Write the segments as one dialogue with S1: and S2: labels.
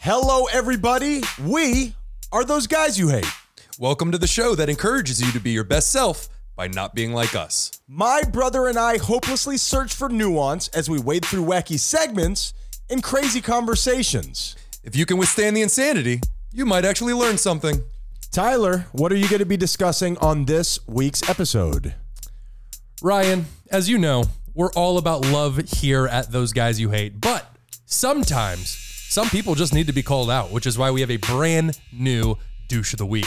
S1: Hello, everybody. We are those guys you hate.
S2: Welcome to the show that encourages you to be your best self by not being like us.
S1: My brother and I hopelessly search for nuance as we wade through wacky segments and crazy conversations.
S2: If you can withstand the insanity, you might actually learn something.
S1: Tyler, what are you going to be discussing on this week's episode?
S2: Ryan, as you know, we're all about love here at Those Guys You Hate, but sometimes some people just need to be called out, which is why we have a brand new douche of the week.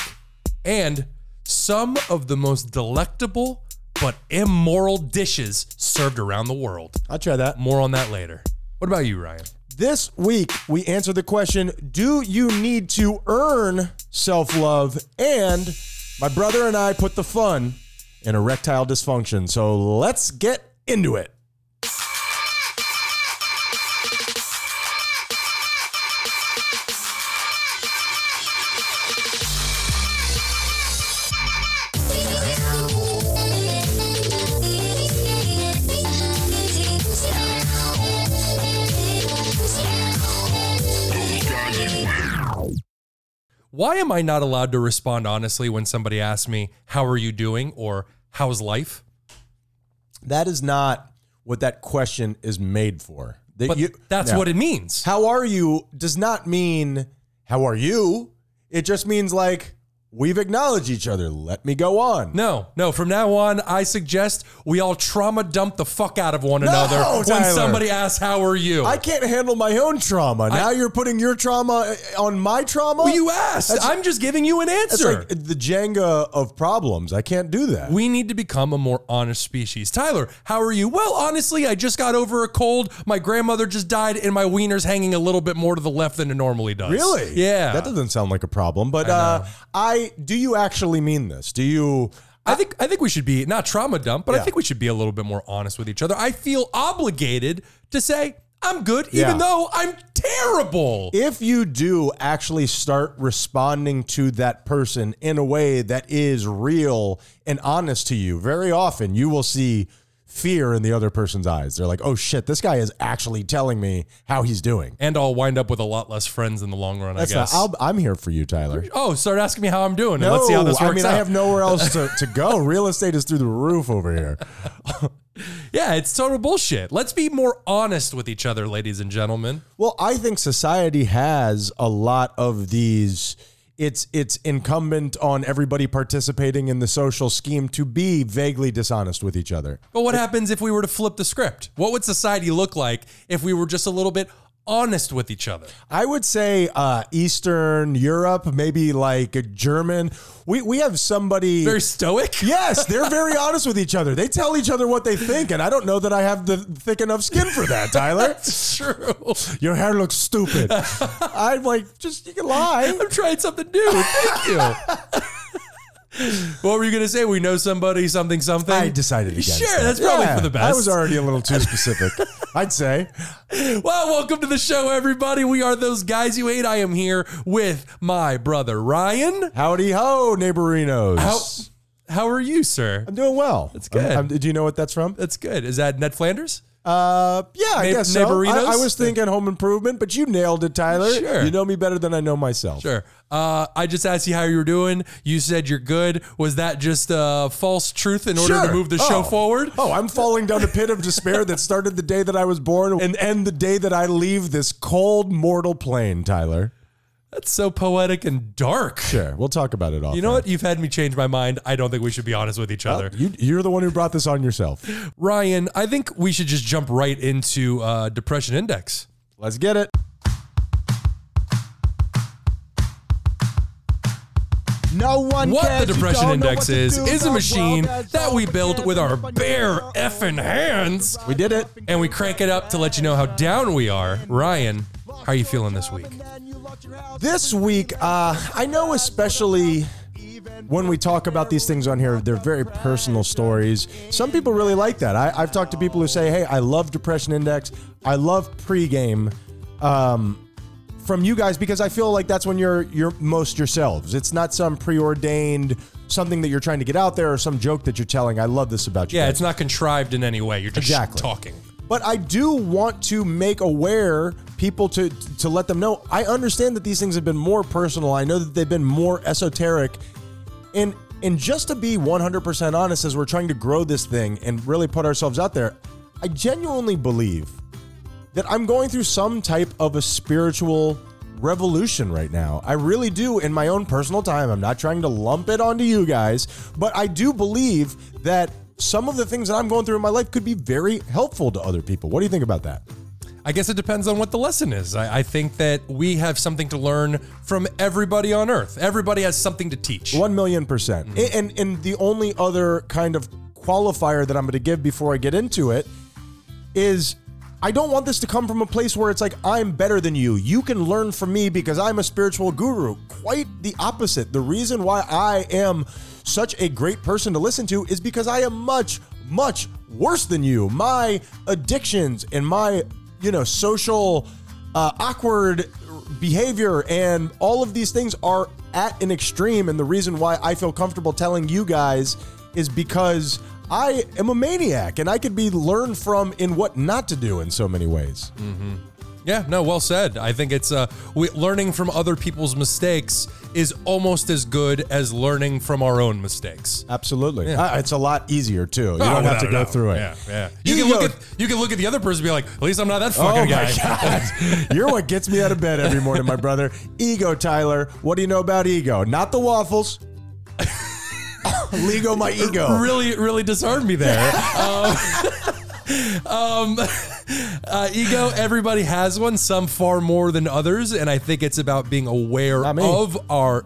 S2: And some of the most delectable but immoral dishes served around the world.
S1: I'll try that.
S2: More on that later. What about you, Ryan?
S1: This week, we answer the question Do you need to earn self love? And my brother and I put the fun in erectile dysfunction. So let's get into it.
S2: Why am I not allowed to respond honestly when somebody asks me, How are you doing? or How's life?
S1: That is not what that question is made for. That
S2: But
S1: you-
S2: that's
S1: Yeah.
S2: what it means.
S1: How are you does not mean how are you. It just means like we've acknowledged each other. Let me go on.
S2: No, no. From now on, I suggest we all trauma dump the fuck out of one another when
S1: Tyler.
S2: somebody asks, How are you?
S1: I can't handle my own trauma. now you're putting your trauma uh, on my trauma.
S2: Well, you asked. I'm just giving you an
S1: That's
S2: answer.
S1: like the Jenga of problems. I can't do that.
S2: we need to become a more honest species. Tyler, how are you? Well, honestly, I just got over a cold. My grandmother just died, and my wiener's hanging a little bit more to the left than it normally does.
S1: Really?
S2: Yeah.
S1: That doesn't sound like a problem. But uh, I do you actually mean this? Do you?
S2: I think I think we should be not trauma dump, but
S1: Yeah.
S2: I think we should be a little bit more honest with each other. I feel obligated to say I'm good,
S1: Yeah.
S2: even though I'm terrible.
S1: If you do actually start responding to that person in a way that is real and honest to you, very often you will see fear in the other person's eyes. They're like, oh shit, this guy is actually telling me how he's doing.
S2: and I'll wind up with a lot less friends in the long run.
S1: That's
S2: I
S1: not,
S2: guess.
S1: I'll, I'm here for you, Tyler.
S2: oh, start asking me how I'm doing. and let's see how this works
S1: I mean,
S2: out.
S1: I have nowhere else to, to go. Real estate is through the roof over here.
S2: yeah, it's total bullshit. Let's be more honest with each other, ladies and gentlemen.
S1: Well, I think society has a lot of these. It's it's incumbent on everybody participating in the social scheme to be vaguely dishonest with each other.
S2: But what happens if we were to flip the script? What would society look like if we were just a little bit honest with each other?
S1: I would say uh, Eastern Europe, maybe like a German. We we have somebody.
S2: Very stoic.
S1: yes, they're very honest with each other. They tell each other what they think, and I don't know that I have the thick enough skin for that, Tyler.
S2: True.
S1: Your hair looks stupid. I'm like, just you can lie.
S2: I'm trying something new. Thank you. what were you gonna say? We know somebody, something, something.
S1: I decided against
S2: Sure,
S1: that.
S2: that's probably for the
S1: I
S2: best.
S1: was already a little too specific, I'd say.
S2: Well, welcome to the show, everybody. We are those guys you hate. I am here with my brother Ryan.
S1: Howdy ho, neighborinos.
S2: How how are you, sir?
S1: I'm doing well. That's
S2: good.
S1: do you know what that's from?
S2: That's good. Is that Ned Flanders?
S1: Uh, yeah, I
S2: Na-
S1: guess so.
S2: neighborinos?
S1: I, I was thinking Home Improvement, but you nailed it, Tyler.
S2: Sure.
S1: You know me better than I know myself.
S2: Sure. Uh, I just asked you how you were doing. You said you're good. Was that just a false truth in order to
S1: Sure.
S2: move the show
S1: Oh.
S2: forward?
S1: Oh, I'm falling down a pit of despair that started the day that I was born and end the day that I leave this cold mortal plane, Tyler.
S2: That's so poetic and dark.
S1: Sure, we'll talk about it all.
S2: You know what? You've had me change my mind. I don't think we should be honest with each other.
S1: You, you're the one who brought this on yourself.
S2: Ryan, I think we should just jump right into uh, Depression Index.
S1: Let's get it. No one
S2: What the Depression Index is, is a machine that we built with our bare effing hands.
S1: We did it.
S2: And we crank it up to let you know how down we are. Ryan, how are you feeling this week?
S1: This week, uh, I know especially when we talk about these things on here, they're very personal stories. Some people really like that. I, I've talked to people who say, hey, I love Depression Index. I love pregame. Um, from you guys because I feel like that's when you're you're most yourselves. It's not some preordained something that you're trying to get out there or some joke that you're telling. I love this about you.
S2: Yeah,
S1: guys.
S2: it's not contrived in any way. You're just
S1: Exactly.
S2: talking.
S1: But I do want to make aware people to to let them know. I understand that these things have been more personal. I know that they've been more esoteric, and and just to be 100% honest, as we're trying to grow this thing and really put ourselves out there, I genuinely believe that I'm going through some type of a spiritual revolution right now. I really do in my own personal time. I'm not trying to lump it onto you guys, but I do believe that some of the things that I'm going through in my life could be very helpful to other people. What do you think about that?
S2: I guess it depends on what the lesson is. I, I think that we have something to learn from everybody on earth. Everybody has something to teach.
S1: One million percent. And and the only other kind of qualifier that I'm going to give before I get into it is I don't want this to come from a place where it's like I'm better than you. You can learn from me because I'm a spiritual guru. Quite the opposite. The reason why I am such a great person to listen to is because I am much much worse than you. My addictions and my you know social uh, awkward behavior and all of these things are at an extreme. And the reason why I feel comfortable telling you guys is because I am a maniac and I could be learned from in what not to do in so many ways.
S2: Yeah, no, well said. I think it's uh, we, learning from other people's mistakes is almost as good as learning from our own mistakes.
S1: Absolutely. Uh, it's a lot easier too. You
S2: Oh,
S1: don't have
S2: without
S1: to
S2: a
S1: go
S2: doubt.
S1: through it.
S2: Yeah, yeah. You,
S1: You
S2: can look
S1: go-
S2: at you can look at the other person and be like, at least I'm not that fucking
S1: Oh my
S2: guy.
S1: God. You're what gets me out of bed every morning, my brother. Ego, Tyler. What do you know about ego? Not the waffles. Lego, my ego.
S2: Really, really disarmed me there. um, um, uh, ego, everybody has one, some far more than others. And I think it's about being aware
S1: Not me. Mm-hmm.
S2: of our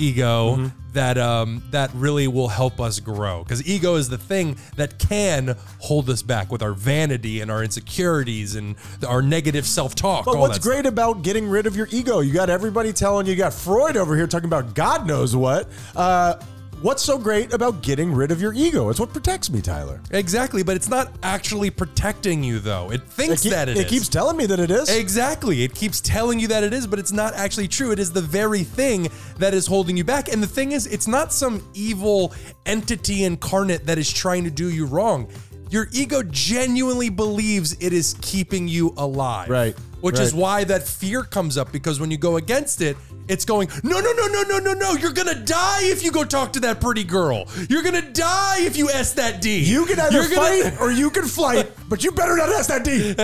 S2: ego that um, that really will help us grow. Because ego is the thing that can hold us back with our vanity and our insecurities and our negative self talk.
S1: But what's great about getting rid of your ego? You got everybody telling you, you got Freud over here talking about God knows what. Uh, what's so great about getting rid of your ego? It's what protects me, Tyler.
S2: Exactly, but it's not actually protecting you though. It
S1: It,
S2: thinks
S1: keep-
S2: that it,
S1: it
S2: is.
S1: keeps telling me that it is.
S2: Exactly. It keeps telling you that it is, but it's not actually true. It is the very thing that is holding you back. And the thing is, it's not some evil entity incarnate that is trying to do you wrong. Your ego genuinely believes it is keeping you alive.
S1: Right,
S2: Which is
S1: right.
S2: why that fear comes up because when you go against it, it's going, no, no, no, no, no, no, no. You're going to die if you go talk to that pretty girl. You're going to die if you S that D.
S1: You can either
S2: You're gonna-
S1: fight or you can flight, but you better not ask that D.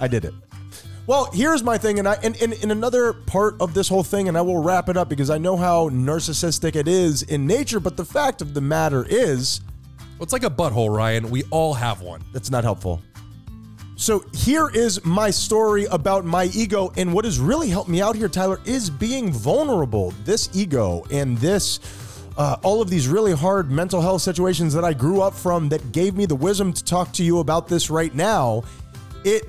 S1: I did it. Well, here's my thing, and I and, and, and another part of this whole thing, and I will wrap it up because I know how narcissistic it is in nature, but the fact of the matter is,
S2: Well, it's like a butthole, Ryan. We all have one.
S1: That's not helpful. So here is my story about my ego, and what has really helped me out here, Tyler, is being vulnerable. This ego and this, uh, all of these really hard mental health situations that I grew up from that gave me the wisdom to talk to you about this right now. It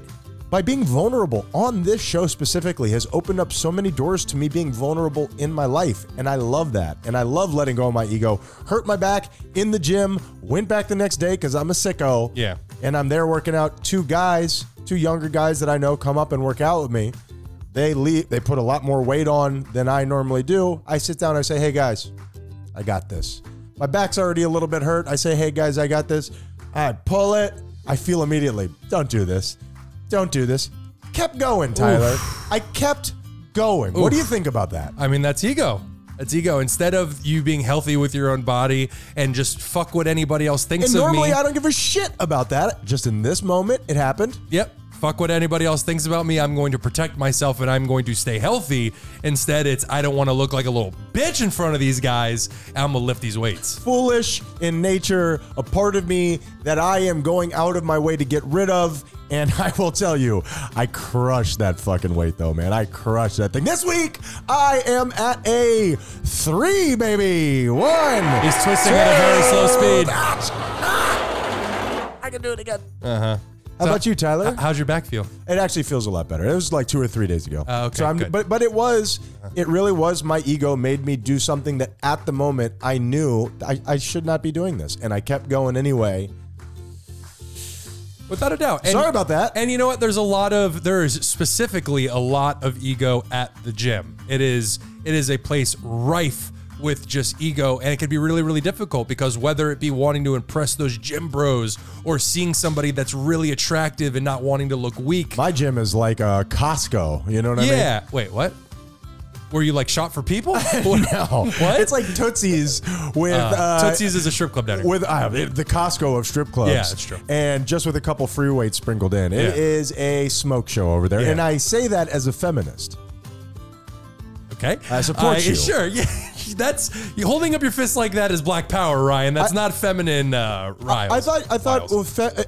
S1: by being vulnerable on this show specifically has opened up so many doors to me being vulnerable in my life. And I love that. And I love letting go of my ego. Hurt my back in the gym, went back the next day because I'm a sicko
S2: Yeah.
S1: and I'm there working out. Two guys, two younger guys that I know come up and work out with me. They leave, they put a lot more weight on than I normally do. I sit down, I say, hey guys, I got this. My back's already a little bit hurt. I say, hey guys, I got this. I pull it. I feel immediately, don't do this. Don't do this. Kept going, Tyler. I kept going. What do you think about that?
S2: I mean, that's ego. That's ego. Instead of you being healthy with your own body and just fuck what anybody else thinks
S1: And
S2: of
S1: normally
S2: me.
S1: I don't give a shit about that. Just in this moment, it happened.
S2: yep. Fuck what anybody else thinks about me. I'm going to protect myself and I'm going to stay healthy. Instead, it's I don't want to look like a little bitch in front of these guys. I'm going to lift these weights.
S1: foolish in nature, a part of me that I am going out of my way to get rid of. And I will tell you, I crushed that fucking weight though, man. I crushed that thing. This week, I am at a three, baby. One.
S2: He's twisting at a very slow speed. Uh-huh.
S1: How about you, Tyler?
S2: H- How's your back feel?
S1: It actually feels a lot better. It was like two or three days ago.
S2: Oh, okay,
S1: So I'm,
S2: good.
S1: but but it was, it really was. My ego made me do something that at the moment I knew I, I should not be doing this, and I kept going anyway.
S2: Without a doubt. And-
S1: Sorry about that.
S2: And you know what? There's a lot of there is specifically a lot of ego at the gym. It is it is a place rife with just ego. And it can be really, really difficult because whether it be wanting to impress those gym bros or seeing somebody that's really attractive and not wanting to look weak.
S1: My gym is like a Costco. You know what I mean?
S2: yeah. Wait, what? Were you like shot for people? What?
S1: No.
S2: What?
S1: It's like Tootsie's with uh,
S2: Tootsie's is a strip club down here.
S1: with uh, the Costco of strip clubs.
S2: Yeah, that's true.
S1: And just with a couple free weights sprinkled in.
S2: Yeah.
S1: It is a smoke show over there.
S2: Yeah.
S1: And I say that as a feminist.
S2: Okay. Uh,
S1: I support you.
S2: Sure. Yeah. That's you holding up your fist like that is black power, Ryan. That's not feminine, uh, Ryan.
S1: I thought I thought
S2: Wiles.
S1: well, fe- uh,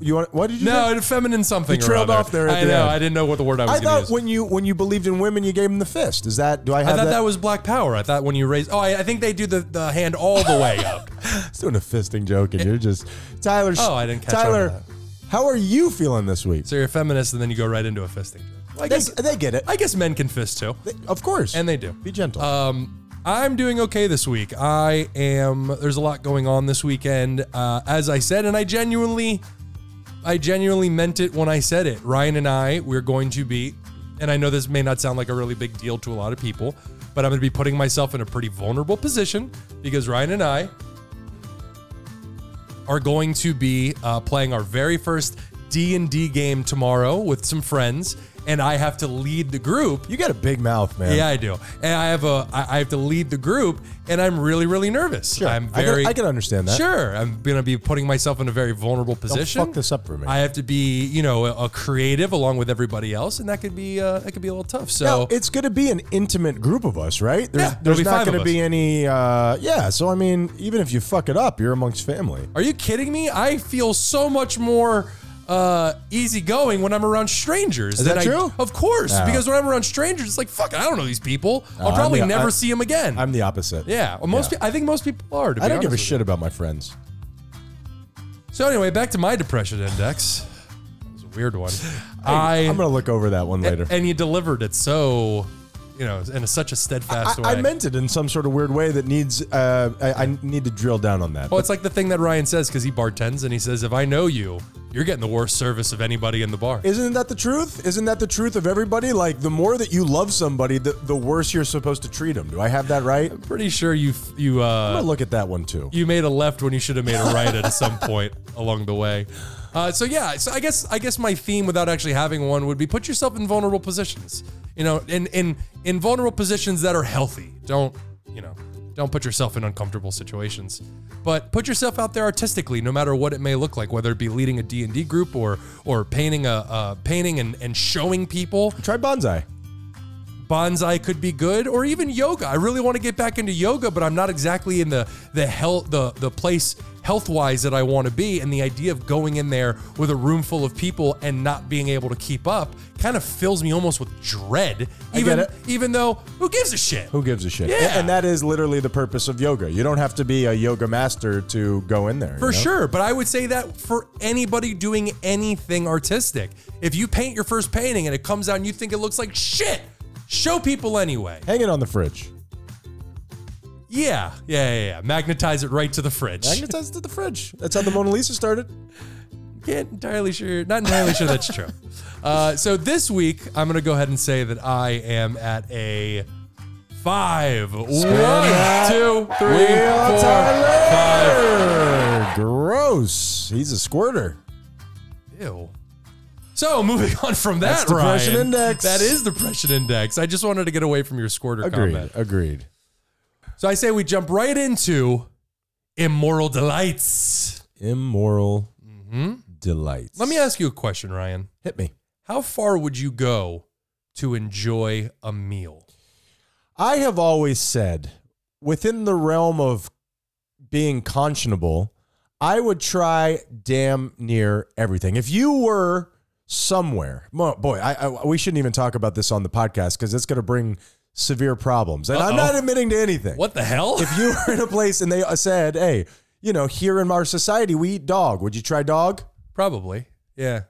S1: you want what did you
S2: no,
S1: say?
S2: it's feminine something.
S1: You trailed
S2: around
S1: off there at
S2: I
S1: the
S2: know.
S1: end.
S2: I didn't know what the word I was.
S1: I
S2: gonna
S1: thought
S2: use.
S1: when you when you believed in women you gave them the fist. Is that do I
S2: I
S1: have
S2: thought that,
S1: that?
S2: was black power. I thought when you raise. Oh, I, I think they do the, the hand all the way up.
S1: I was doing a fisting joke and you're just Tyler
S2: Oh, I didn't catch on to
S1: Tyler,
S2: that.
S1: how are you feeling this week?
S2: So you're a feminist, and then you go right into a fisting.
S1: They,
S2: I guess
S1: they get it.
S2: I guess men can fist too,
S1: of course.
S2: and they do.
S1: be gentle.
S2: Um, I'm doing okay this week. I am. There's a lot going on this weekend, uh, as I said, and I genuinely, I genuinely meant it when I said it. Ryan and I, we're going to be, and I know this may not sound like a really big deal to a lot of people, but I'm going to be putting myself in a pretty vulnerable position because Ryan and I are going to be uh, playing our very first D&D game tomorrow with some friends, and I have to lead the group.
S1: you got a big mouth, man.
S2: Yeah, I do. And I have a I I have to lead the group, and I'm really really nervous.
S1: Sure.
S2: I'm
S1: I can-
S2: very.
S1: I can understand that.
S2: Sure, I'm gonna be putting myself in a very vulnerable position.
S1: fuck this up for me.
S2: I have to be you know a, a creative along with everybody else, and that could be uh, that could be a little tough. So.
S1: Now, it's going to be an intimate group of us, right? There's,
S2: Yeah, there'll
S1: there's
S2: be
S1: not
S2: five of
S1: going to
S2: us.
S1: be any. Uh, yeah, so I mean, even if you fuck it up, you're amongst family.
S2: are you kidding me? I feel so much more uh, easygoing when I'm around strangers.
S1: that
S2: than I-
S1: true?
S2: of course,
S1: Yeah.
S2: because when I'm around strangers, it's like fuck. it, I don't know these people. I'll
S1: I'm
S2: probably
S1: the-
S2: never
S1: I-
S2: see them again.
S1: I'm the opposite.
S2: yeah, well, most pe- I think most people are. To
S1: I
S2: be
S1: don't give a
S2: honest with you.
S1: shit about my friends.
S2: So anyway, back to my depression index. It was a weird one. I
S1: I'm going to look over that one later.
S2: and you delivered it so, you know, in such a steadfast way.
S1: I, I meant it in some sort of weird way that needs. Uh, I, I need to drill down on that.
S2: well, it's like the thing that Ryan says because he bartends and he says, "If I know you, you're getting the worst service of anybody in the bar."
S1: Isn't that the truth? Isn't that the truth of everybody? Like, the more that you love somebody, the, the worse you're supposed to treat them. Do I have that right? I'm
S2: Pretty sure you you uh,
S1: going to look at that one too.
S2: you made a left when you should have made a right at some point along the way. Uh, so yeah, so I guess I guess my theme without actually having one would be put yourself in vulnerable positions. You know, in in in vulnerable positions that are healthy. Don't you know? Don't put yourself in uncomfortable situations, but put yourself out there artistically, no matter what it may look like, whether it be leading a D and D group or or painting a uh, painting and, and showing people
S1: Try bonsai.
S2: bonsai could be good or even yoga i really want to get back into yoga but i'm not exactly in the the health the the place health wise that i want to be and the idea of going in there with a room full of people and not being able to keep up kind of fills me almost with dread even
S1: get it.
S2: even though who gives a shit
S1: Who gives a shit?
S2: Yeah.
S1: And that is literally the purpose of yoga. You don't have to be a yoga master to go in there.
S2: For
S1: you know?
S2: sure, but I would say that for anybody doing anything artistic, if you paint your first painting and it comes out and you think it looks like shit, show people anyway.
S1: Hang it on the fridge.
S2: Yeah, yeah, yeah, yeah. Magnetize it right to the fridge.
S1: Magnetize it to the fridge. That's how the Mona Lisa started.
S2: Can't entirely sure. Not entirely sure that's true. Uh, so this week, I'm gonna go ahead and say that I am at a five. One,
S1: that
S2: two, three,
S1: Wheel
S2: four, five.
S1: Tyler! Gross. He's a squirter.
S2: Ew. So moving on from that,
S1: That's depression
S2: Ryan,
S1: index.
S2: That is depression index. I just wanted to get away from your squirter
S1: Agreed.
S2: comment.
S1: Agreed.
S2: So I say we jump right into immoral delights.
S1: Immoral delights.
S2: Mm-hmm. Let me ask you a question, Ryan.
S1: hit me.
S2: How far would you go to enjoy a meal?
S1: I have always said within the realm of being conscionable, I would try damn near everything. If you were somewhere, mo- boy, I, I we shouldn't even talk about this on the podcast because it's going to bring severe problems. And I'm
S2: Uh-oh.
S1: not admitting to anything.
S2: What the hell?
S1: If you were in a place and they said, "Hey, you know, here in our society we eat dog. Would you try dog?"
S2: Probably. Yeah.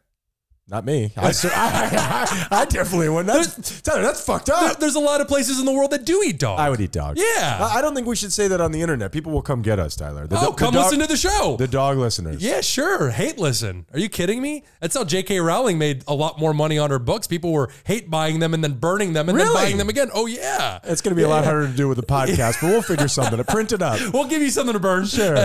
S1: Not me. I, sur- I, I, I definitely wouldn't. That's, Tyler, that's fucked up.
S2: There's a lot of places in the world that do eat dog.
S1: I would eat dog.
S2: Yeah.
S1: I, I don't think we should say that on the internet. People will come get us, Tyler. The,
S2: oh,
S1: do- the
S2: come
S1: dog-
S2: listen to the show.
S1: the dog listeners.
S2: yeah, sure. Hate listen. Are you kidding me? That's how J.K. Rowling made a lot more money on her books. People were hate buying them and then burning them and
S1: Really?
S2: then buying them again. Oh yeah.
S1: It's going to be a lot harder to do with the podcast, but we'll figure something out. Print it up.
S2: We'll give you something to burn.
S1: Sure.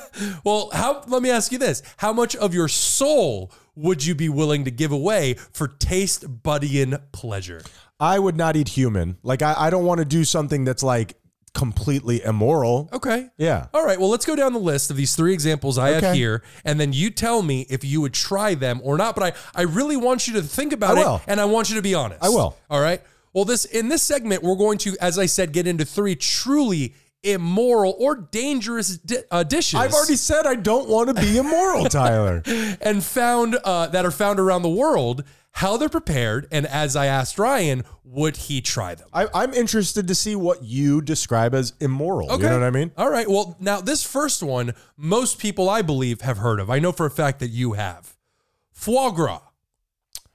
S2: Well, how let me ask you this. How much of your soul would you be willing to give away for taste budding pleasure?
S1: I would not eat human. Like, I, I don't want to do something that's like completely immoral.
S2: Okay.
S1: Yeah.
S2: All right, well, let's go down the list of these three examples I have
S1: Okay.
S2: here, and then you tell me if you would try them or not. But I, I really want you to think about
S1: I
S2: it,
S1: will.
S2: and I want you to be honest. I
S1: will.
S2: All right. Well, this in this segment, we're going to, as I said, get into three truly immoral or dangerous di- uh, dishes.
S1: I've already said I don't want to be immoral, Tyler.
S2: and found uh, that are found around the world. How they're prepared, and as I asked Ryan, would he try them?
S1: I, I'm interested to see what you describe as immoral. You know what I mean?
S2: All right. Well, now this first one, most people I believe have heard of. I know for a fact that you have. Foie gras.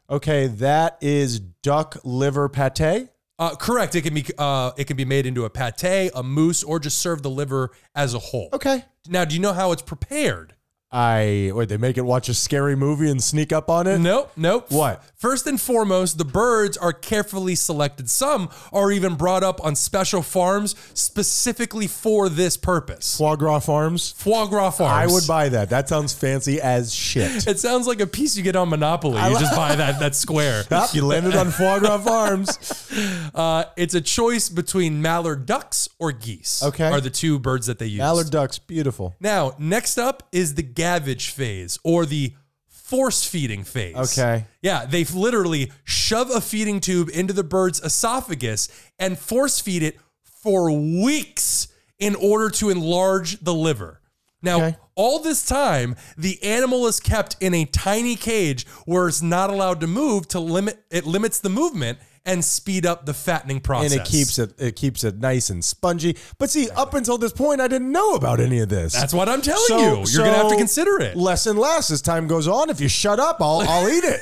S1: Okay, that is duck liver pate.
S2: Uh, correct. It can be uh, it can be made into a pate, a mousse, or just serve the liver as a whole.
S1: Okay.
S2: Now, do you know how it's prepared?
S1: I wait. They make it watch a scary movie and sneak up on it.
S2: Nope, nope.
S1: What?
S2: First and foremost, the birds are carefully selected. Some are even brought up on special farms specifically for this purpose.
S1: Foie gras farms.
S2: Foie gras
S1: I
S2: farms.
S1: would buy that. That sounds fancy as shit.
S2: It sounds like a piece you get on Monopoly. You just buy that that square.
S1: Ah, you landed on foie gras farms.
S2: Uh, it's a choice between mallard ducks or geese.
S1: Okay.
S2: Are the two birds that they use.
S1: Mallard ducks, beautiful.
S2: Now, next up is the gavage phase or the force feeding phase.
S1: Okay.
S2: Yeah, they literally shove a feeding tube into the bird's esophagus and force feed it for weeks in order to enlarge the liver. Now,
S1: Okay.
S2: all this time, the animal is kept in a tiny cage where it's not allowed to move to limit it limits the movement and speed up the fattening process.
S1: And it keeps it it keeps it nice and spongy. But see, up until this point, I didn't know about any of this.
S2: That's what I'm telling you. You're gonna have to consider it.
S1: Less and less as time goes on. If you shut up, I'll I'll eat it.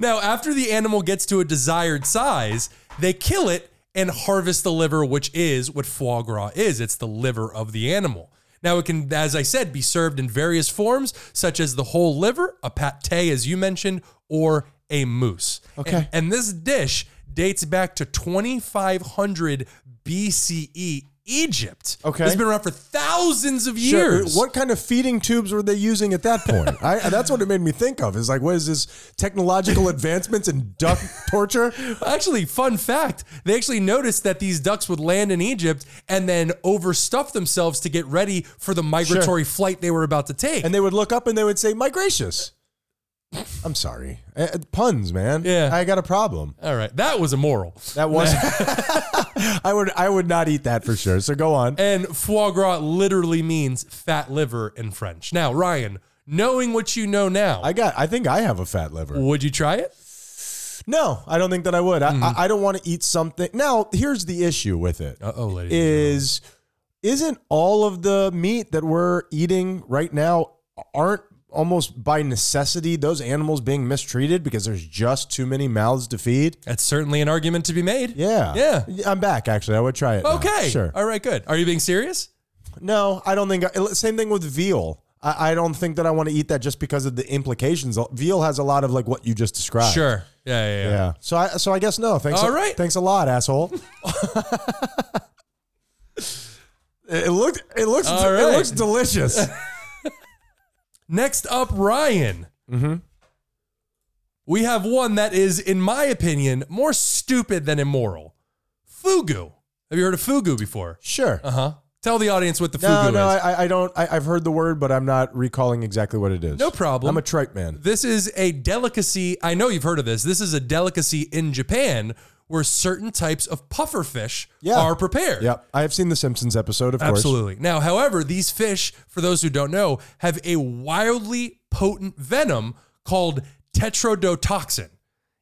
S2: Now, after the animal gets to a desired size, they kill it and harvest the liver, which is what foie gras is. It's the liver of the animal. Now, it can, as I said, be served in various forms, such as the whole liver, a pate, as you mentioned, or a mousse.
S1: Okay.
S2: And, and this dish dates back to 2500 BCE, E, Egypt.
S1: Okay.
S2: It's been around for thousands of
S1: Sure.
S2: years.
S1: What kind of feeding tubes were they using at that point? I, that's what it made me think of. Is like, what is this technological advancements in duck torture?
S2: Actually, fun fact they actually noticed that these ducks would land in Egypt and then overstuff themselves to get ready for the migratory flight they were about to take.
S1: And they would look up and they would say, "My gracious." I'm sorry, Uh, uh, puns, man.
S2: Yeah.
S1: I got a problem.
S2: All right, that was immoral.
S1: That was. I would I would not eat that for sure. So go on.
S2: And foie gras literally means fat liver in French. Now, Ryan, knowing what you know now,
S1: I got. I think I have a fat liver.
S2: would you try it?
S1: No, I don't think that I would. I, I, I don't want to eat something. Now, here's the issue with it:
S2: Uh oh, ladies.
S1: is isn't all of the meat that we're eating right now aren't almost by necessity those animals being mistreated because there's just too many mouths to feed?
S2: That's certainly an argument to be made.
S1: Yeah.
S2: Yeah.
S1: I'm back actually. I would try it. now.
S2: Okay.
S1: Sure.
S2: All right, good. Are you being serious?
S1: No, I don't think. Same thing with veal. I, I don't think that I want to eat that just because of the implications. Veal has a lot of like what you just described.
S2: Sure. Yeah, yeah, yeah.
S1: Yeah. So I so I guess no. Thanks.
S2: All right.
S1: Thanks a lot, asshole. it looked it looks
S2: All
S1: it
S2: right.
S1: looks delicious.
S2: Next up, Ryan. We have one that is, in my opinion, more stupid than immoral. Fugu. Have you heard of fugu before?
S1: Sure.
S2: Uh huh. Tell the audience what the
S1: No,
S2: fugu
S1: no,
S2: is.
S1: I, I don't. I, I've heard the word, but I'm not recalling exactly what it is.
S2: no problem.
S1: I'm a tripe man.
S2: This is a delicacy. I know you've heard of this. This is a delicacy in Japan where certain types of puffer fish
S1: Yeah.
S2: are prepared.
S1: Yep. I have seen the Simpsons episode, of course.
S2: Absolutely. Now, however, these fish, for those who don't know, have a wildly potent venom called tetrodotoxin.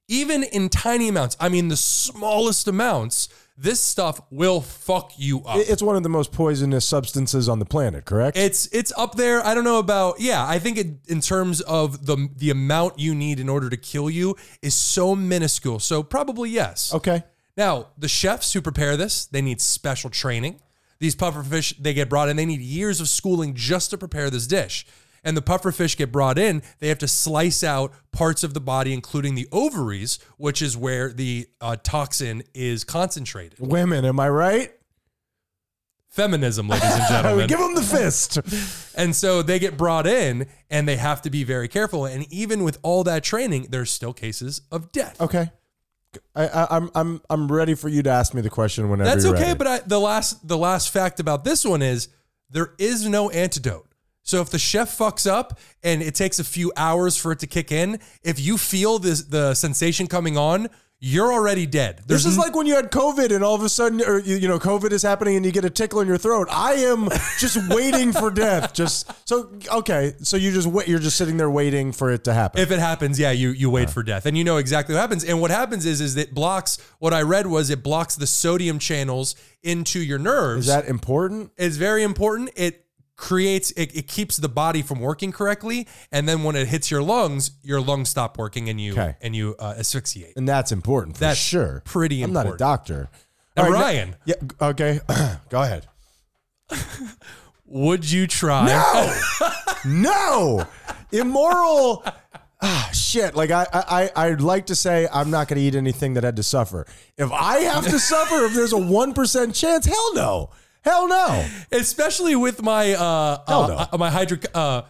S2: Even in tiny amounts, I mean the smallest amounts, This stuff will fuck you up.
S1: It's one of the most poisonous substances on the planet, correct?
S2: It's it's up there. I don't know about yeah. I think it, in terms of the the amount you need in order to kill you is so minuscule. So probably yes.
S1: okay.
S2: Now the chefs who prepare this they need special training. These puffer fish they get brought in. They need years of schooling just to prepare this dish. And the puffer fish get brought in. They have to slice out parts of the body, including the ovaries, which is where the uh, toxin is concentrated.
S1: Women, am I right?
S2: Feminism, ladies and gentlemen.
S1: Give them the fist.
S2: And so they get brought in and they have to be very careful. And even with all that training, there's still cases of death.
S1: Okay. I, I, I'm I'm I'm ready for you to ask me the question whenever.
S2: That's
S1: you're
S2: okay,
S1: ready.
S2: but I, the last the last fact about this one is there is no antidote. So if the chef fucks up and it takes a few hours for it to kick in, if you feel this the sensation coming on, you're already dead. There's
S1: This is like when you had COVID and all of a sudden, or you, you know, COVID is happening and you get a tickle in your throat. I am just waiting for death. Just so okay, so you just wait. You're just sitting there waiting for it to happen.
S2: If it happens, yeah, you you wait for death, and you know exactly what happens. And what happens is is it blocks. What I read was it blocks the sodium channels into your nerves.
S1: is that important?
S2: It's very important. It creates it, it keeps the body from working correctly, and then when it hits your lungs, your lungs stop working, and you
S1: Okay.
S2: and you uh, asphyxiate.
S1: And that's important for
S2: That's
S1: sure.
S2: pretty
S1: I'm not a
S2: important.
S1: doctor.
S2: Now,
S1: All right,
S2: Ryan,
S1: Yeah. Okay. Go ahead.
S2: would you try?
S1: No, no, immoral. Ah, shit. Like I, I, I- I'd like to say I'm not going to eat anything that had to suffer. If I have to suffer, if there's a one percent chance, hell no, hell no.
S2: Especially with my uh,
S1: Hell
S2: uh, uh, my hydro uh,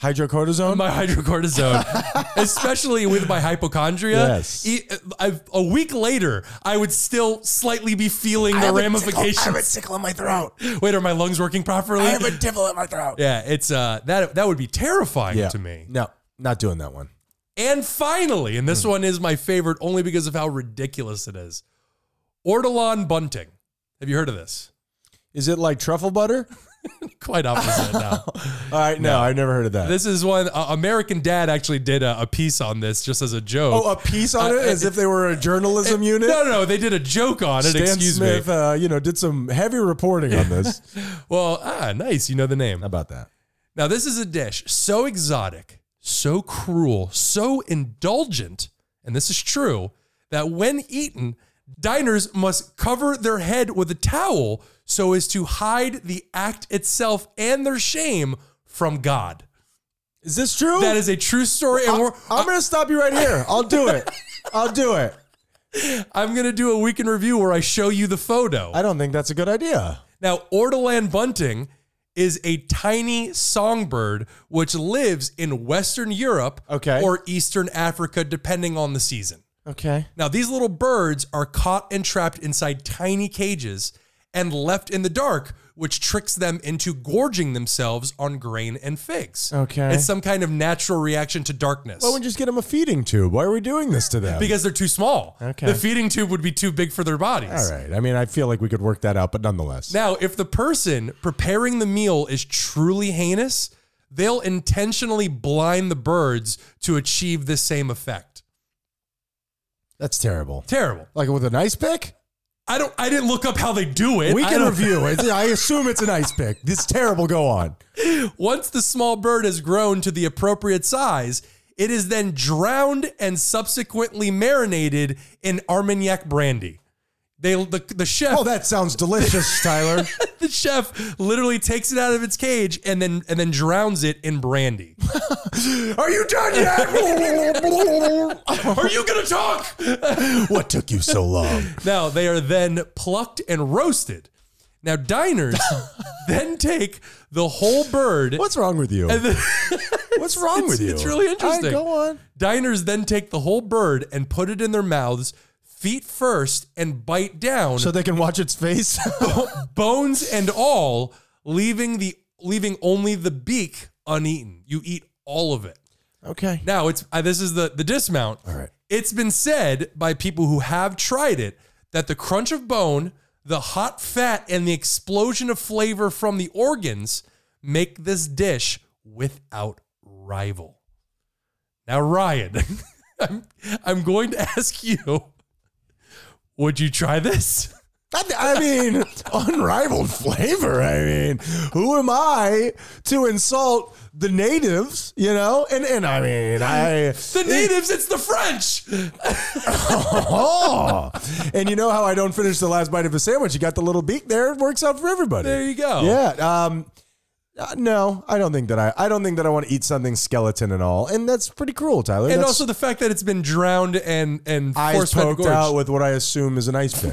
S1: Hydrocortisone.
S2: my hydrocortisone, especially with my hypochondria.
S1: Yes.
S2: E- I've- a week later, I would still slightly be feeling the ramifications.
S1: tickle in my throat.
S2: Wait, are my lungs working properly?
S1: a tickle in my throat.
S2: yeah, it's uh that that would be terrifying
S1: Yeah.
S2: to me.
S1: No, not doing that one.
S2: And finally, and this
S1: Hmm.
S2: one is my favorite only because of how ridiculous it is. Ortolan bunting. Have you heard of this?
S1: Is it like truffle butter?
S2: Quite opposite now.
S1: All right, no, I've never heard of that.
S2: This is one uh, American Dad actually did a, a piece on this just as a joke.
S1: oh, a piece on it, as if they were a journalism unit.
S2: No, no, no, they did a joke on it.
S1: Stan
S2: excuse
S1: Smith,
S2: me.
S1: Uh, you know, did some heavy reporting on this.
S2: Well, ah, nice. You know the name.
S1: How about that?
S2: Now, this is a dish so exotic, so cruel, so indulgent, and this is true, that when eaten, diners must cover their head with a towel so as to hide the act itself and their shame from God.
S1: Is this true?
S2: That is a true story, and we're,
S1: I'm gonna stop you right here. I'll do it. I'll do it.
S2: I'm going to do a week in review where I show you the photo.
S1: I don't think that's a good idea.
S2: Now, Ortolan bunting is a tiny songbird which lives in Western Europe
S1: Okay.
S2: or Eastern Africa, depending on the season.
S1: Okay.
S2: Now, these little birds are caught and trapped inside tiny cages and left in the dark, which tricks them into gorging themselves on grain and figs.
S1: Okay.
S2: It's some kind of natural reaction to darkness.
S1: Why don't we just get them a feeding tube? Why are we doing this to them?
S2: because they're too small.
S1: Okay.
S2: The feeding tube would be too big for their bodies.
S1: All right. I mean, I feel like we could work that out, but nonetheless.
S2: Now, if the person preparing the meal is truly heinous, they'll intentionally blind the birds to achieve the same effect.
S1: that's terrible.
S2: Terrible.
S1: Like with an ice pick?
S2: I don't. I didn't look up how they do it.
S1: We
S2: I
S1: can
S2: don't-
S1: review it. I assume it's an ice pick. This is terrible. Go on.
S2: Once the small bird has grown to the appropriate size, it is then drowned and subsequently marinated in Armagnac brandy. They the, the chef
S1: Oh, that sounds delicious, Tyler.
S2: the chef literally takes it out of its cage and then and then drowns it in brandy.
S1: Are you done yet?
S2: Are you gonna talk?
S1: what took you so long?
S2: Now they are then plucked and roasted. Now diners then take the whole bird.
S1: What's wrong with you? What's wrong
S2: it's-
S1: with you?
S2: it's really
S1: All right,
S2: interesting.
S1: go on.
S2: Diners then take the whole bird and put it in their mouths, feet first, and bite down,
S1: So they can watch its face.
S2: bones and all, leaving the leaving only the beak uneaten. You eat all of it.
S1: okay.
S2: Now it's uh, this is the the dismount. All
S1: right.
S2: It's been said by people who have tried it that the crunch of bone, the hot fat, and the explosion of flavor from the organs make this dish without rival. Now, Ryan, I'm I'm going to ask you, would you try this?
S1: I mean, unrivaled flavor. I mean, who am I to insult the natives? You know, and and I mean, I
S2: The natives, it's the French.
S1: oh, and you know how I don't finish the last bite of a sandwich? You got the little beak there. It works out for everybody.
S2: There you go.
S1: Yeah. Um, uh, no, I don't think that I. I don't think that I want to eat something skeleton and all, and that's pretty cruel, Tyler.
S2: And
S1: That's-
S2: also the fact that it's been drowned and and
S1: eyes
S2: force fed
S1: poked out
S2: gorged.
S1: with what I assume is an ice pick.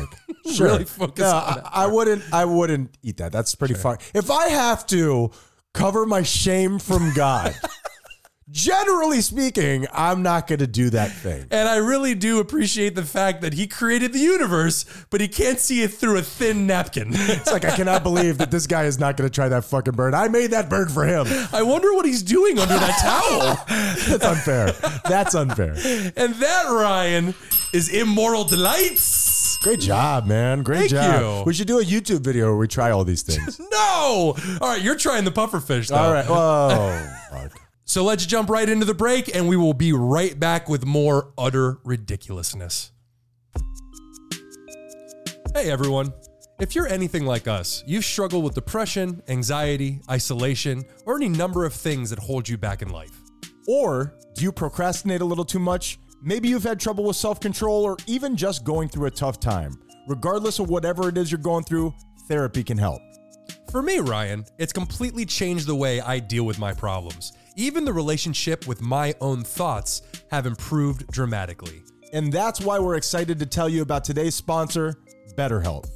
S1: Sure.
S2: Really focus
S1: no,
S2: on
S1: I, I wouldn't. I wouldn't eat that. That's pretty far. If I have to cover my shame from God, generally speaking, I'm not going to do that thing.
S2: And I really do appreciate the fact that he created the universe, but he can't see it through a thin napkin.
S1: It's like I cannot believe that this guy is not going to try that fucking bird. I made that bird for him.
S2: I wonder what he's doing under that towel.
S1: That's unfair. That's unfair.
S2: And that, Ryan, is Immoral Delights.
S1: Great job, man. Great
S2: Thank
S1: job.
S2: you.
S1: We should do a YouTube video where we try all these things.
S2: No! All right, you're trying the pufferfish, though.
S1: All right. Whoa. Mark.
S2: So let's jump right into the break, and we will be right back with more utter ridiculousness. Hey, everyone. If you're anything like us, you've struggled with depression, anxiety, isolation, or any number of things that hold you back in life.
S1: Or do you procrastinate a little too much? Maybe you've had trouble with self control or even just going through a tough time. Regardless of whatever it is you're going through, therapy can help.
S2: For me, Ryan, it's completely changed the way I deal with my problems. Even the relationship with my own thoughts have improved dramatically.
S1: And that's why we're excited to tell you about today's sponsor, BetterHelp.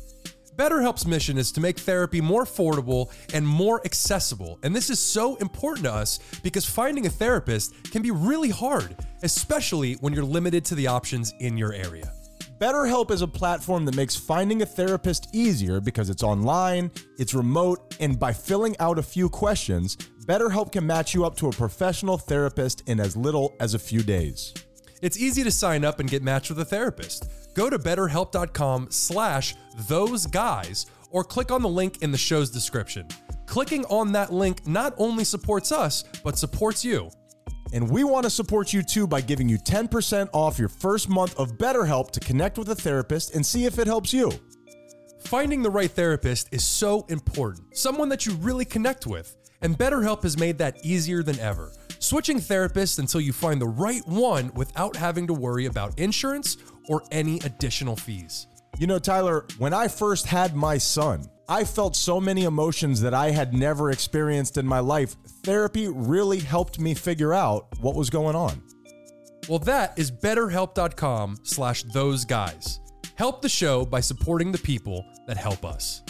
S2: BetterHelp's mission is to make therapy more affordable and more accessible. And this is so important to us because finding a therapist can be really hard, especially when you're limited to the options in your area.
S1: BetterHelp is a platform that makes finding a therapist easier because it's online, it's remote, and by filling out a few questions, BetterHelp can match you up to a professional therapist in as little as a few days.
S2: It's easy to sign up and get matched with a therapist. Go to betterhelp.com slash those guys or click on the link in the show's description. Clicking on that link not only supports us, but supports you.
S1: And we want to support you too by giving you 10% off your first month of BetterHelp to connect with a therapist and see if it helps you.
S2: Finding the right therapist is so important, someone that you really connect with. And BetterHelp has made that easier than ever. Switching therapists until you find the right one without having to worry about insurance or any additional fees.
S1: You know, Tyler, when I first had my son, I felt so many emotions that I had never experienced in my life. Therapy really helped me figure out what was going on.
S2: Well, that is betterhelp.com slash those guys. Help the show by supporting the people that help us.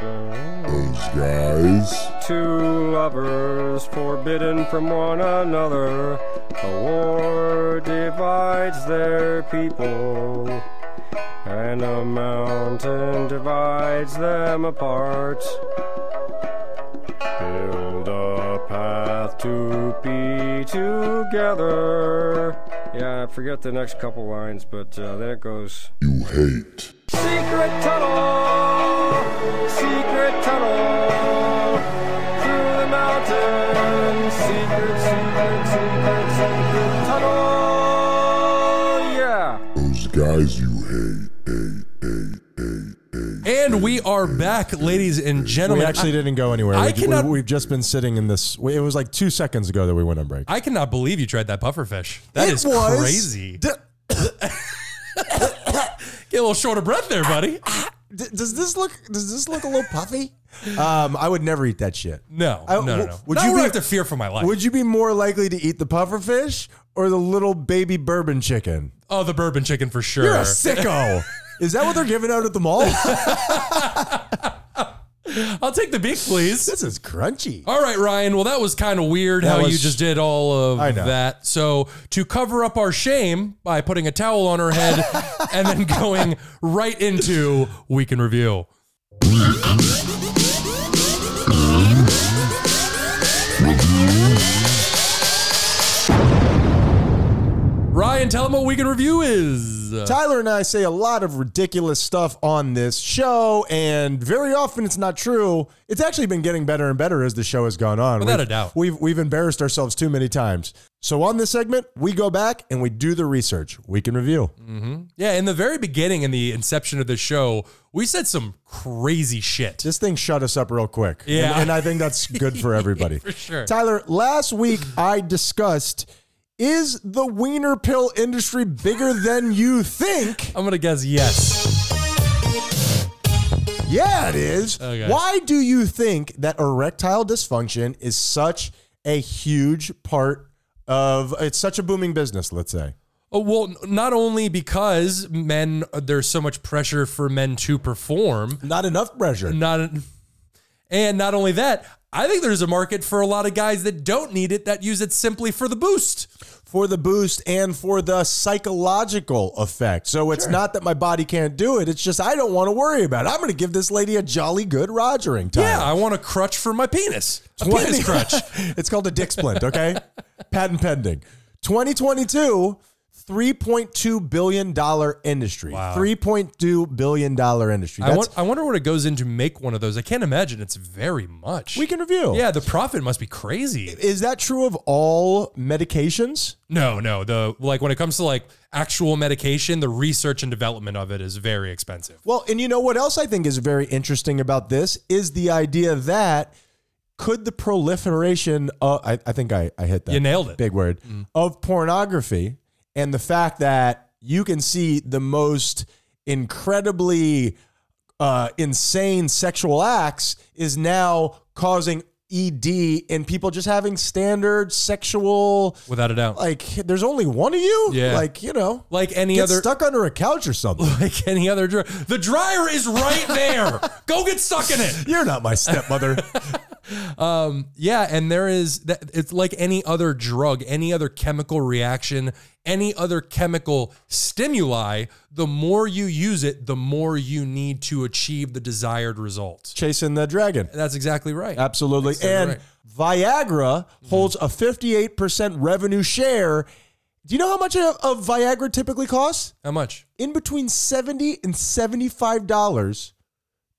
S3: Those guys.
S4: Two lovers forbidden from one another. A war divides their people, and a mountain divides them apart. Build a path to be together. Yeah, I forget the next couple lines, but uh, then it goes.
S3: You hate.
S4: Secret tunnel, secret tunnel, through the mountain. Secret, secret, secret, secret tunnel. Yeah.
S3: Those guys you hate. Hate, hate, hate, hate.
S2: And we are back, ladies and
S1: We
S2: gentlemen.
S1: actually didn't go anywhere.
S2: I
S1: we,
S2: cannot-
S1: we, have just been sitting in this. It was like two seconds ago that we went on break.
S2: I, I cannot believe you tried that pufferfish. That
S1: It
S2: is
S1: was
S2: crazy.
S1: d-
S2: Get a little short of breath there, buddy.
S1: d- does this look? Does this look a little puffy? Um, I would never eat that shit.
S2: No,
S1: I-
S2: no, no,
S1: w-
S2: no.
S1: would
S2: Not
S1: you
S2: where I
S1: be-
S2: have to fear for my life.
S1: Would you be more likely to eat the pufferfish or the little baby bourbon chicken?
S2: oh, the bourbon chicken for sure.
S1: You're a sicko. Is that what they're giving out at the mall?
S2: I'll take the beak, please.
S1: this is crunchy.
S2: All right, Ryan. Well, that was kind of weird
S1: That
S2: how you
S1: was-
S2: just did all of
S1: I know.
S2: that. So, to cover up our shame by putting a towel on her head and then going right into Week in Review. Ryan, tell them what Week in Review is. is uh,
S1: Tyler and I say a lot of ridiculous stuff on this show, and very often it's not true. It's actually been getting better and better as the show has gone on.
S2: Without
S1: We've-
S2: a doubt.
S1: We've, we've embarrassed ourselves too many times. So on this segment, we go back and we do the research. We can review.
S2: yeah. In the very beginning, in the inception of the show, we said some crazy shit.
S1: This thing shut us up real quick. And-
S2: Yeah.
S1: And, I think that's good for everybody.
S2: For sure.
S1: Tyler, last week I discussed is the wiener pill industry bigger than you think?
S2: I'm gonna guess yes.
S1: Yeah, it is.
S2: Okay.
S1: Why do you think that erectile dysfunction is such a huge part of it's such a booming business, let's say?
S2: Oh, well, n- not only because men, uh, there's so much pressure for men to perform.
S1: Not enough pressure.
S2: Not, and not only that, I think there's a market for a lot of guys that don't need it that use it simply for the boost.
S1: for the boost and for the psychological effect. So it's not that my body can't do it. It's just I don't want to worry about it. I'm going to give this lady a jolly good rogering time.
S2: Yeah, I want a crutch for my penis. A penis crutch.
S1: it's called a dick splint, okay? Patent pending. 2022, $3.2 billion industry. $3.2 billion industry.
S2: I,
S1: That's,
S2: want, I wonder what it goes in to make one of those. I can't imagine it's very much.
S1: we can review.
S2: yeah, the profit must be crazy.
S1: Is that true of all medications?
S2: No, no, the like when it comes to like actual medication, the research and development of it is very expensive.
S1: Well, and you know what else I think is very interesting about this is the idea that could the proliferation of, I, I think I, I hit that.
S2: You nailed it. Mm-hmm.
S1: Big word. Of pornography and the fact that you can see the most incredibly uh, insane sexual acts is now causing ED and people just having standard sexual,
S2: Without a doubt.
S1: like, there's only one of you?
S2: Yeah.
S1: Like, you know,
S2: Like any
S1: get
S2: other
S1: stuck under a couch or something.
S2: like any other dryer. The dryer is right there. Go get stuck in it.
S1: You're not my stepmother.
S2: Yeah, and there is that it's like any other drug, any other chemical reaction, any other chemical stimuli, the more you use it, the more you need to achieve the desired result.
S1: chasing the dragon.
S2: That's exactly right.
S1: Absolutely. and
S2: right. Mm-hmm.
S1: Viagra holds a 58% revenue share. Do you know how much of, of Viagra typically costs?
S2: How much?
S1: In between 70 and $75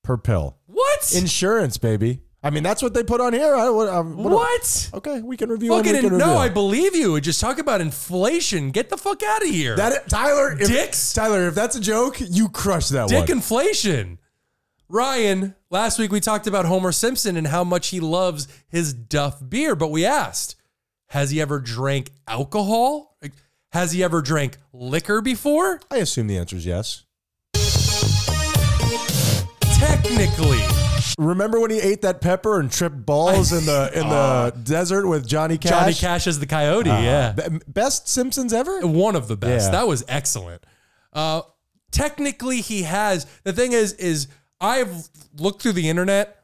S1: per pill.
S2: What?
S1: Insurance, baby. I mean, that's what they put on here. I, what, I, what-
S2: what?
S1: Okay, we can review. and we
S2: Fucking
S1: can
S2: no,
S1: review.
S2: I believe you. Just talk about inflation. Get the fuck out of here.
S1: that Tyler. If,
S2: Dicks?
S1: Tyler, if that's a joke, you crush that
S2: Dick
S1: one.
S2: inflation. Ryan, last week we talked about Homer Simpson and how much he loves his Duff beer, but we asked, has he ever drank alcohol? Like, Has he ever drank liquor before?
S1: I assume the answer is yes.
S2: Technically.
S1: Remember when he ate that pepper and tripped balls in the in the desert with Johnny Cash?
S2: Ah.
S1: Uh,
S2: Johnny Cash is the coyote, yeah.
S1: Be- Best Simpsons ever?
S2: One of the best.
S1: Yeah.
S2: That was excellent. Uh, technically, he has. The thing is, is I've looked through the internet,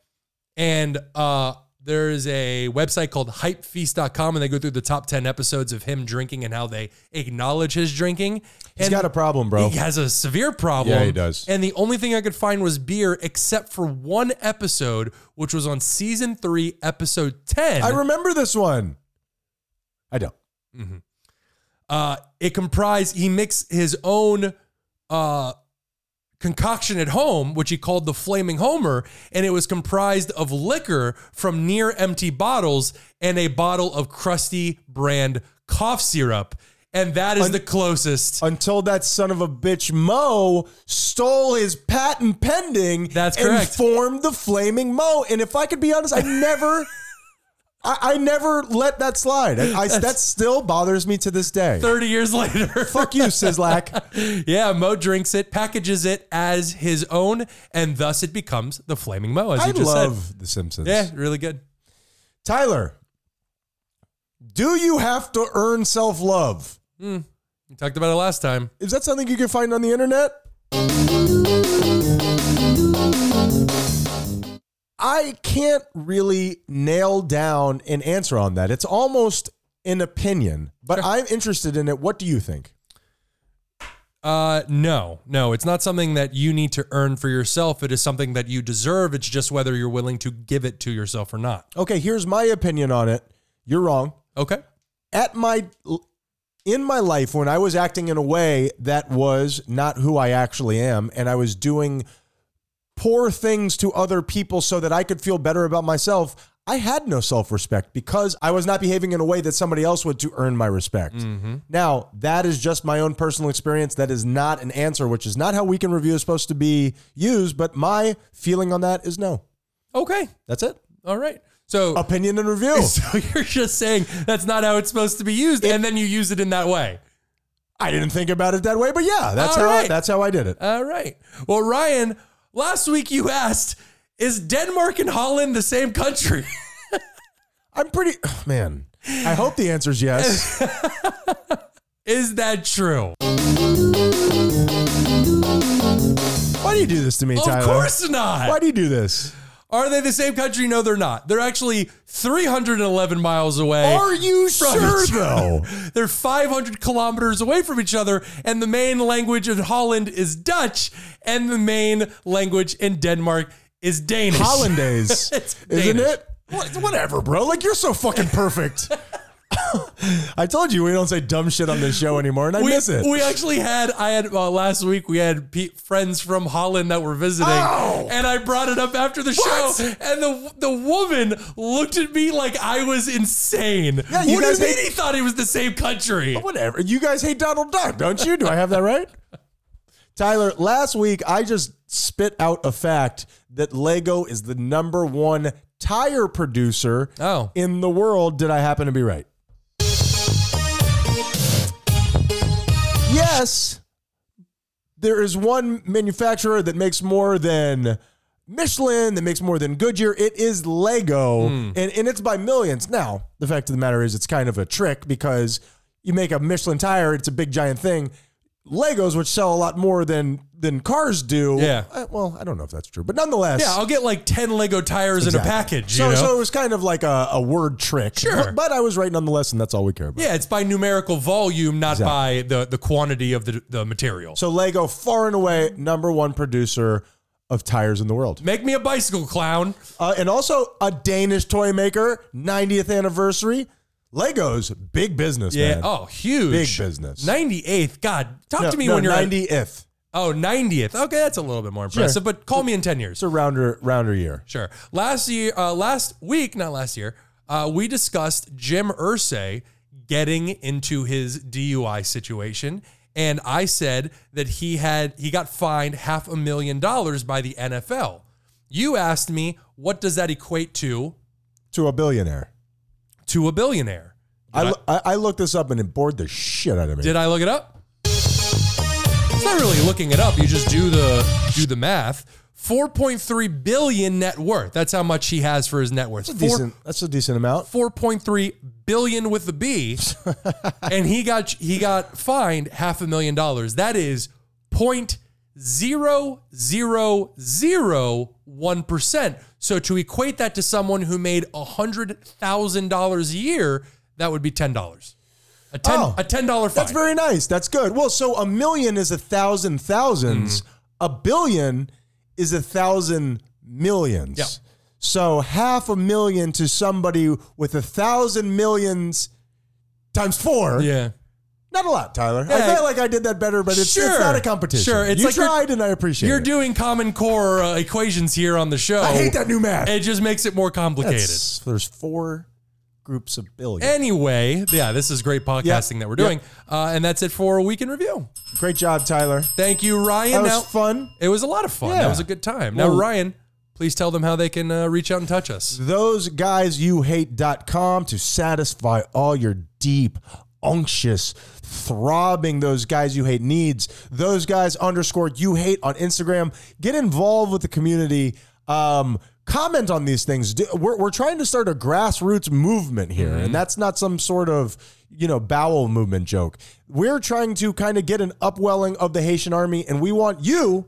S2: and uh, there is a website called HypeFeast.com, and they go through the top ten episodes of him drinking and how they acknowledge his drinking.
S1: He's
S2: and
S1: got a problem, bro.
S2: he has a severe problem.
S1: Yeah, he does.
S2: And the only thing I could find was beer, except for one episode, which was on season three, episode ten.
S1: I remember this one. I don't.
S2: Uh, it comprised he mixed his own uh, concoction at home, which he called the Flaming Homer, and it was comprised of liquor from near empty bottles and a bottle of crusty brand cough syrup, and that is the closest.
S1: Until that son of a bitch Mo stole his patent pending
S2: That's
S1: and
S2: correct.
S1: formed the flaming Mo. And if I could be honest, I never I, I never let that slide. I, I- that still bothers me to this day.
S2: Thirty years later,
S1: Fuck you, Sizzlack.
S2: yeah, Mo drinks it, packages it as his own, and thus it becomes the Flaming Mo, as
S1: I
S2: you just
S1: love The Simpsons.
S2: said. Yeah, really good.
S1: Tyler, do you have to earn self-love?
S2: We talked about it last time.
S1: Is that something you can find on the internet? I can't really nail down an answer on that. It's almost an opinion, but I'm interested in it. What do you think?
S2: Uh, no, no, it's not something that you need to earn for yourself. It is something that you deserve. It's just whether you're willing to give it to yourself or not.
S1: Okay, here's my opinion on it. You're wrong.
S2: Okay.
S1: At my l- in my life when I was acting in a way that was not who I actually am, and I was doing poor things to other people so that I could feel better about myself, I had no self respect because I was not behaving in a way that somebody else would to earn my respect.
S2: Mm-hmm.
S1: Now, that is just my own personal experience. That is not an answer, which is not how weekend review is supposed to be used, but my feeling on that is no.
S2: Okay.
S1: That's it.
S2: All right. So,
S1: Opinion and review.
S2: so you're just saying that's not how it's supposed to be used, and then you use it in that way.
S1: I didn't think about it that way, but yeah, that's
S2: All
S1: how
S2: right.
S1: that's how I did it.
S2: All right. Well, Ryan, last week you asked, is Denmark and Holland the same country?
S1: I'm pretty man. I hope the answer is yes.
S2: is that true?
S1: Why do you do this to me, Tyler?
S2: Of course not.
S1: Why do you do this?
S2: Are they the same country? No, they're not. They're actually 311 miles away.
S1: Are you
S2: from
S1: sure
S2: each
S1: though?
S2: other. They're 500 kilometers away from each other, and the main language in Holland is Dutch, and the main language in Denmark is Danish.
S1: Hollandaise,
S2: It's
S1: isn't
S2: Danish.
S1: it? What- Whatever, bro. Like you're so fucking perfect. I told you we don't say dumb shit on this show anymore, and I
S2: We,
S1: miss it.
S2: we actually had I had uh, last week we had pe- friends from Holland that were visiting,
S1: Oh!
S2: and I brought it up after the show, and the the woman looked at me like I was insane.
S1: Yeah, you
S2: what do
S1: guys
S2: you mean
S1: hate-
S2: he thought it was the same country?
S1: Whatever. You guys hate Donald Duck, don't you? Do I have that right? Tyler, last week I just spit out a fact that Lego is the number one tire producer
S2: Oh.
S1: in the world. Did I happen to be right? Yes, there is one manufacturer that makes more than Michelin, that makes more than Goodyear. It is Lego,
S2: Hmm.
S1: and, and it's by millions. Now, the fact of the matter is, it's kind of a trick because you make a Michelin tire, it's a big giant thing. Legos, which sell a lot more than than cars do.
S2: Yeah.
S1: I- well, I don't know if that's true, but nonetheless,
S2: Yeah, I'll get like 10 Lego tires in a package, you
S1: so,
S2: know?
S1: so it was kind of like a, a word trick.
S2: Sure.
S1: But, but I was right nonetheless, and that's all we care about.
S2: yeah, it's by numerical volume, not by the, the quantity of the, the material.
S1: So Lego, far and away, number one producer of tires in the world.
S2: Make me a bicycle clown.
S1: Uh, and also a Danish toy maker, 90th anniversary. Lego's big business,
S2: Yeah.
S1: man.
S2: Oh, huge.
S1: big business.
S2: 98th. God, talk
S1: No,
S2: to me
S1: no,
S2: when you're at-
S1: 90th.
S2: Oh, 90th. Okay, that's a little bit more impressive, but call me in 10 years.
S1: It's a rounder rounder year.
S2: Sure. Last year, uh, last week, not last year, uh, we discussed Jim Ursay getting into his DUI situation, and I said that he had he got fined half a million dollars by the NFL. You asked me what does that equate to
S1: To a billionaire.
S2: to a billionaire.
S1: I, lo- I, I looked this up and it bored the shit out of me.
S2: Did I look it up? It's not really looking it up. You just do the do the math. 4.3 billion net worth. That's how much he has for his net worth.
S1: that's, a
S2: Four-
S1: decent, that's a decent amount.
S2: 4.3 billion with the B, and he got he got fined half a million dollars. That is point zero zero zero one percent. So to equate that to someone who made hundred thousand dollars a year, that would be ten dollars. A ten
S1: Oh,
S2: a ten dollar fine.
S1: That's very nice. That's good. Well, so a million is a thousand thousands.
S2: Mm.
S1: A billion is a thousand millions.
S2: Yeah.
S1: So half a million to somebody with a thousand millions times four.
S2: yeah.
S1: Not a lot, Tyler. I
S2: Yeah.
S1: felt like I did that better, but it's, it's
S2: Sure.
S1: not a competition.
S2: Sure, it's
S1: you
S2: like you're-
S1: tried, and I appreciate
S2: You're
S1: it.
S2: doing common core uh, equations here on the show.
S1: I hate that new math.
S2: It just makes it more complicated.
S1: That's- there's four groups of billion.
S2: Eh. Anyway, yeah, this is great podcasting
S1: Yeah.
S2: that we're doing. Uh, and that's it for a week in review.
S1: Great job, Tyler.
S2: Thank you, Ryan.
S1: That was
S2: Now-
S1: fun.
S2: it was a lot of fun.
S1: Yeah.
S2: That was a good time. Now,
S1: Well-
S2: Ryan, please tell them how they can uh, reach out and touch us.
S1: those guys you hate.com to satisfy all your deep unctuous throbbing those guys you hate needs those guys underscore you hate on instagram get involved with the community um comment on these things Do- we're, we're trying to start a grassroots movement here and that's not some sort of you know bowel movement joke we're trying to kind of get an upwelling of the haitian army and we want you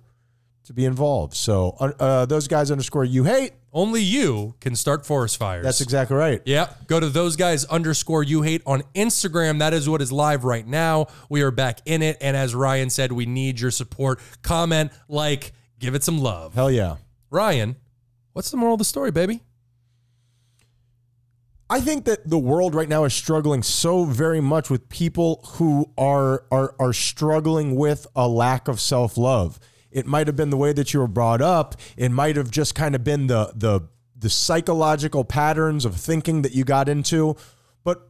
S1: to be involved so uh, uh, those guys underscore you hate
S2: Only you can start forest fires.
S1: that's exactly right.
S2: Yeah, go to those guys underscore you hate on Instagram. That is what is live right now. We are back in it. And as Ryan said, we need your support. Comment, like, give it some love.
S1: Hell yeah.
S2: Ryan, what's the moral of the story, baby?
S1: I think that the world right now is struggling so very much with people who are are are struggling with a lack of self-love. It might have been the way that you were brought up. It might have just kind of been the the the psychological patterns of thinking that you got into. But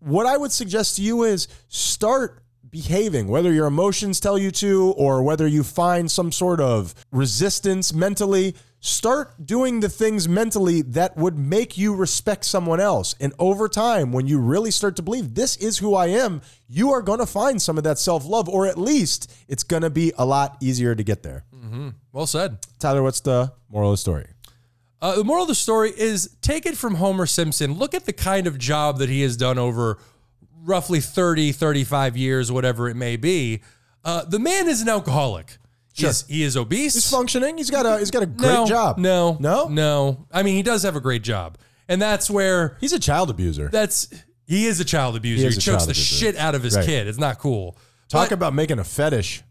S1: what I would suggest to you is start behaving, whether your emotions tell you to or whether you find some sort of resistance mentally. Start doing the things mentally that would make you respect someone else. And over time, when you really start to believe this is who I am, you are going to find some of that self love, or at least it's going to be a lot easier to get there.
S2: Well said.
S1: Tyler, what's the moral of the story?
S2: Uh, the moral of the story is take it from Homer Simpson. Look at the kind of job that he has done over roughly 30, 35 years, whatever it may be. Uh, the man is an alcoholic. He's, he is obese.
S1: He's functioning. He's got a he's got a great
S2: no,
S1: job.
S2: No.
S1: no,
S2: No. I mean, he does have a great job. And that's where
S1: He's a child abuser.
S2: that's he is a child abuser.
S1: is
S2: He,
S1: a
S2: chokes
S1: child
S2: the
S1: abuser.
S2: shit out of his
S1: Right.
S2: kid. It's not cool.
S1: Talk
S2: But-
S1: about making a fetish.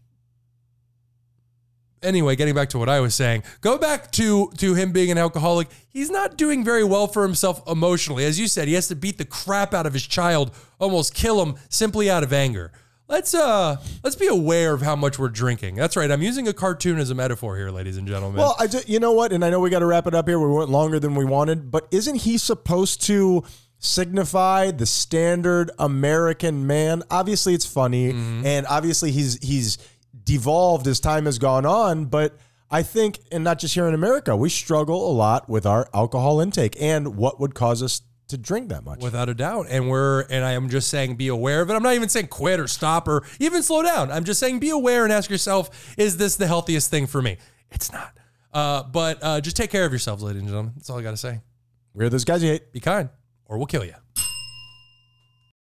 S2: anyway, getting back to what I was saying, go back to to him being an alcoholic. He's not doing very well for himself emotionally. As you said, he has to beat the crap out of his child, almost kill him simply out of anger. Let's uh let's be aware of how much we're drinking. That's right. I'm using a cartoon as a metaphor here, ladies and gentlemen.
S1: Well, I ju- you know what, and I know we got to wrap it up here. We went longer than we wanted, but isn't he supposed to signify the standard American man? Obviously, it's funny, and obviously he's he's devolved as time has gone on, but. I think, and not just here in America, we struggle a lot with our alcohol intake and what would cause us to drink that much.
S2: Without a doubt. And we're and I am just saying be aware of it. I'm not even saying quit or stop or even slow down. I'm just saying be aware and ask yourself, is this the healthiest thing for me? It's not. Uh, but uh, just take care of yourselves, ladies and gentlemen. That's all I gotta say.
S1: We're those guys you hate.
S2: Be kind, or we'll kill you.